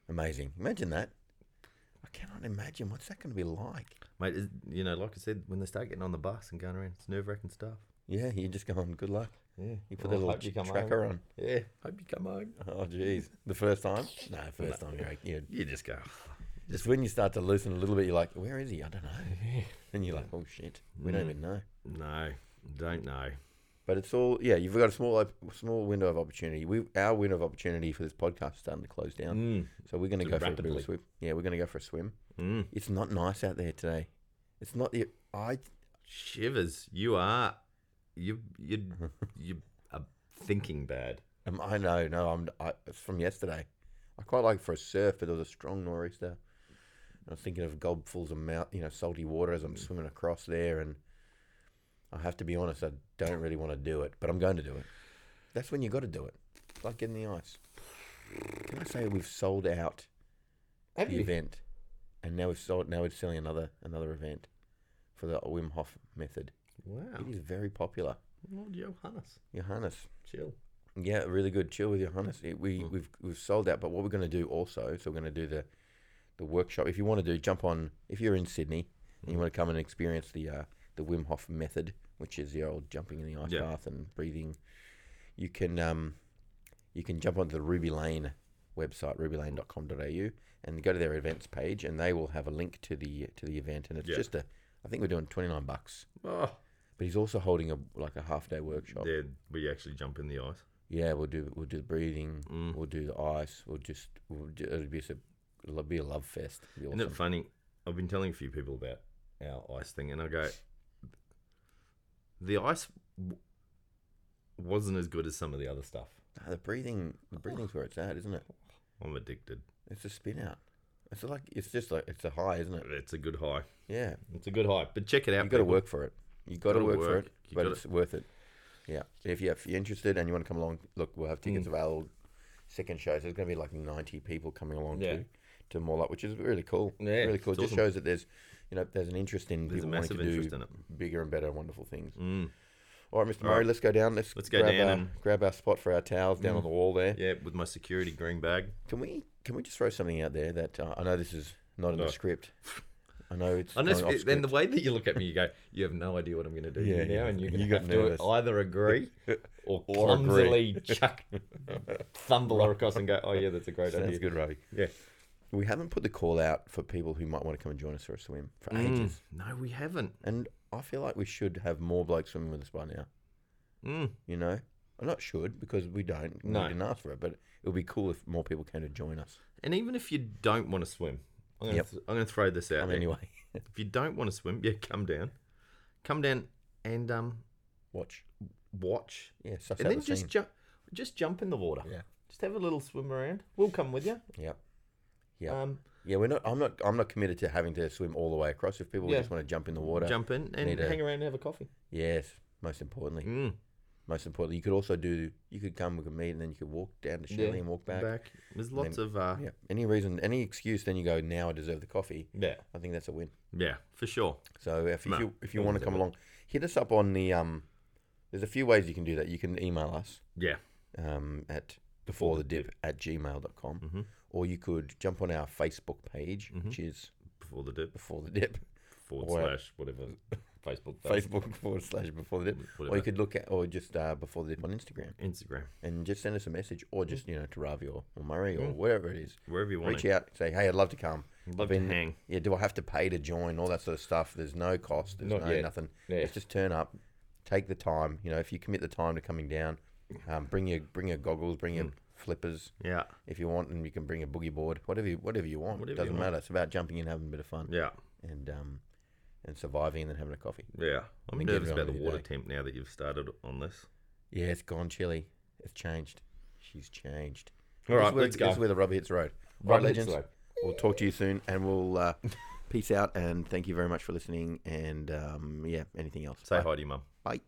S2: Amazing. Imagine that. I cannot imagine. What's that going to be like?
S1: mate. Is, you know, like I said, when they start getting on the bus and going around, it's nerve wracking stuff.
S2: Yeah, you just go on. Good luck.
S1: Yeah,
S2: You put a little tr- tracker on.
S1: Yeah, hope you come home.
S2: Oh, jeez. The first time? No, first time. You're, like, you
S1: You just go.
S2: just when you start to loosen a little bit, you're like, where is he? I don't know. And you're like, oh, shit. We
S1: Mm.
S2: don't even know.
S1: No, don't know.
S2: But it's all, yeah, you've got a small op- small window of opportunity. We Our window of opportunity for this podcast is starting to close down.
S1: Mm.
S2: So we're going to go for a bit
S1: Rapidly.
S2: of swim. Yeah, we're going to go for a swim.
S1: Mm.
S2: It's not nice out there today. It's not the. I
S1: Shivers. You are. You you you are thinking bad.
S2: Um, I know, no, I'm. I, it's from yesterday. I quite like for a surf, but there was a strong nor'easter. And I was thinking of gobfuls of mouth, you know, salty water as I'm swimming across there, and I have to be honest, I don't really want to do it, but I'm going to do it. That's when you got to do it. It's like getting the ice. Can I say we've sold out the event, and now we've sold. Now we're selling another another event for the Wim Hof method.
S1: Wow.
S2: It is very popular.
S1: Lord Johannes,
S2: Johannes,
S1: chill.
S2: yeah, really good. Chill with your harness. It, we
S1: Mm.
S2: we've we've sold out, but what we're going to do also, so we're going to do the the workshop. If you want to do, jump on. If you're in Sydney and you want to come and experience the uh, the Wim Hof method, which is the old jumping in the ice
S1: Yeah.
S2: bath and breathing, you can um, you can jump onto the Ruby Lane website, rubylane.com.au, and go to their events page, and they will have a link to the to the event. And it's
S1: Yeah.
S2: just a, I think we're doing twenty nine bucks.
S1: Oh,
S2: But he's also holding a like a half day workshop. Yeah,
S1: yeah, we actually jump in the ice.
S2: we'll do we'll do the breathing,
S1: Mm.
S2: we'll do the ice, we'll just we'll do, it'll be a it'll be a love fest. It'll be
S1: Isn't it
S2: awesome.
S1: funny? I've been telling a few people about our ice thing, and I go, the ice w- wasn't as good as some of the other stuff.
S2: No, the breathing the breathing's where it's at, isn't it?
S1: I'm addicted.
S2: It's a spin out. It's like it's just like it's a high, isn't it?
S1: It's a good high.
S2: Yeah,
S1: It's a good high. But check it out.
S2: you got to
S1: people.
S2: work for it. You got to
S1: Gotta
S2: work, for
S1: work.
S2: it,
S1: You
S2: but
S1: gotta-
S2: it's worth it. Yeah. If, you, if you're interested and you want to come along, look, we'll have tickets available. Second shows, there's going to be like 90 people coming along
S1: Yeah.
S2: to to Mall Up, which is really cool.
S1: Yeah,
S2: really cool.
S1: it's
S2: It just
S1: awesome.
S2: shows that there's, you know, there's an interest in
S1: There's a
S2: people wanting
S1: massive
S2: to
S1: interest
S2: do
S1: in it.
S2: bigger and better, and wonderful things.
S1: Mm.
S2: All right, Mr. Murray, let's go down. Let's,
S1: Let's go
S2: grab
S1: down
S2: our,
S1: and- Mm.
S2: grab our spot for our towels down on the wall there.
S1: Yeah, with my security green bag.
S2: Can we can we just throw something out there that uh, I know this is not in
S1: No.
S2: the script. I know it's
S1: Unless
S2: going off
S1: then the
S2: script.
S1: way that you look at me, you go, you have no idea what I'm going to do
S2: Yeah,
S1: to you now,
S2: yeah.
S1: and you're
S2: You
S1: going to
S2: got
S1: have
S2: nervous.
S1: to either agree or,
S2: Or agree.
S1: clumsily chuck thumble across and go, oh yeah, that's a great
S2: sounds
S1: idea.
S2: good, Ravi.
S1: Yeah.
S2: We haven't put the call out for people who might want to come and join us for a swim for
S1: Mm.
S2: ages,
S1: No, we haven't.
S2: and I feel like we should have more blokes swimming with us by now.
S1: Mm.
S2: You know, I'm not should because we don't.
S1: No.
S2: We didn't ask for it, but it would be cool if more people came to join us.
S1: And even if you don't want to swim, I'm going
S2: Yep.
S1: to I'm going to throw this out.
S2: Um,
S1: there.
S2: anyway,
S1: If you don't want to swim, yeah, come down, come down and um
S2: watch.
S1: watch,
S2: Yeah, suss
S1: and
S2: out
S1: then
S2: the
S1: just
S2: scene.
S1: jump, just jump in the water.
S2: Yeah.
S1: Just have a little swim around. We'll come with you.
S2: Yep. Yep.
S1: Um,
S2: Yeah, we're not. I'm not. I'm not committed to having to swim all the way across. If people
S1: Yeah.
S2: just want to jump in the water,
S1: jump in and
S2: Need a-
S1: hang around and have a coffee.
S2: Yes, most importantly.
S1: Mm.
S2: Most importantly, you could also do. You could come. We could meet, and then you could walk down to Shelley and walk back.
S1: There's lots of uh,
S2: Yeah. Any reason, any excuse, then you go. Now I deserve the coffee.
S1: yeah,
S2: I think that's a win.
S1: yeah, for sure.
S2: So if,
S1: No,
S2: you if you
S1: I
S2: want to
S1: deserve
S2: come
S1: it.
S2: along, hit us up on the um. There's a few ways you can do that. You can email us
S1: Yeah,
S2: um, at before the dip at gmail.com
S1: Mhm.
S2: or you could jump on our Facebook page,
S1: Mhm.
S2: which is
S1: before the dip,
S2: before the dip.
S1: forward
S2: Or-
S1: slash whatever Facebook, does.
S2: Facebook forward slash before the dip. Or
S1: whatever.
S2: you could look at or just uh, before the dip on Instagram.
S1: Instagram,
S2: and just send us a message or just, you know, to Ravi or, or Murray
S1: Mm.
S2: or wherever it is.
S1: wherever you want.
S2: Reach
S1: to.
S2: out, say, hey, I'd love to come.
S1: Love
S2: I've been-
S1: to hang.
S2: Yeah, do I have to pay to join? All that sort of stuff. There's no cost. There's
S1: Not
S2: no
S1: yet.
S2: nothing.
S1: Yeah.
S2: It's just turn up, take the time. You know, if you commit the time to coming down, um, bring your bring your goggles, bring
S1: Mm.
S2: your flippers
S1: Yeah,
S2: if you want, and you can bring a boogie board, whatever you, whatever you want.
S1: Whatever you
S2: Doesn't
S1: want.
S2: matter. It's about jumping in, having a bit of fun,
S1: yeah,
S2: and um, and surviving, and then having a coffee.
S1: yeah. I'm
S2: mean,
S1: nervous
S2: everyone
S1: about the
S2: with
S1: water
S2: your day.
S1: temp now that you've started on this.
S2: Yeah, it's gone chilly. It's changed. She's changed.
S1: All right,
S2: This is where-
S1: let's
S2: This is
S1: go.
S2: where the rubber hits the road. All
S1: Rubber
S2: right,
S1: hits the
S2: legends.
S1: road.
S2: We'll talk to you soon, and we'll uh, peace out. And thank you very much for listening. And um, yeah, anything else?
S1: Say
S2: Bye.
S1: hi to your mum.
S2: Bye.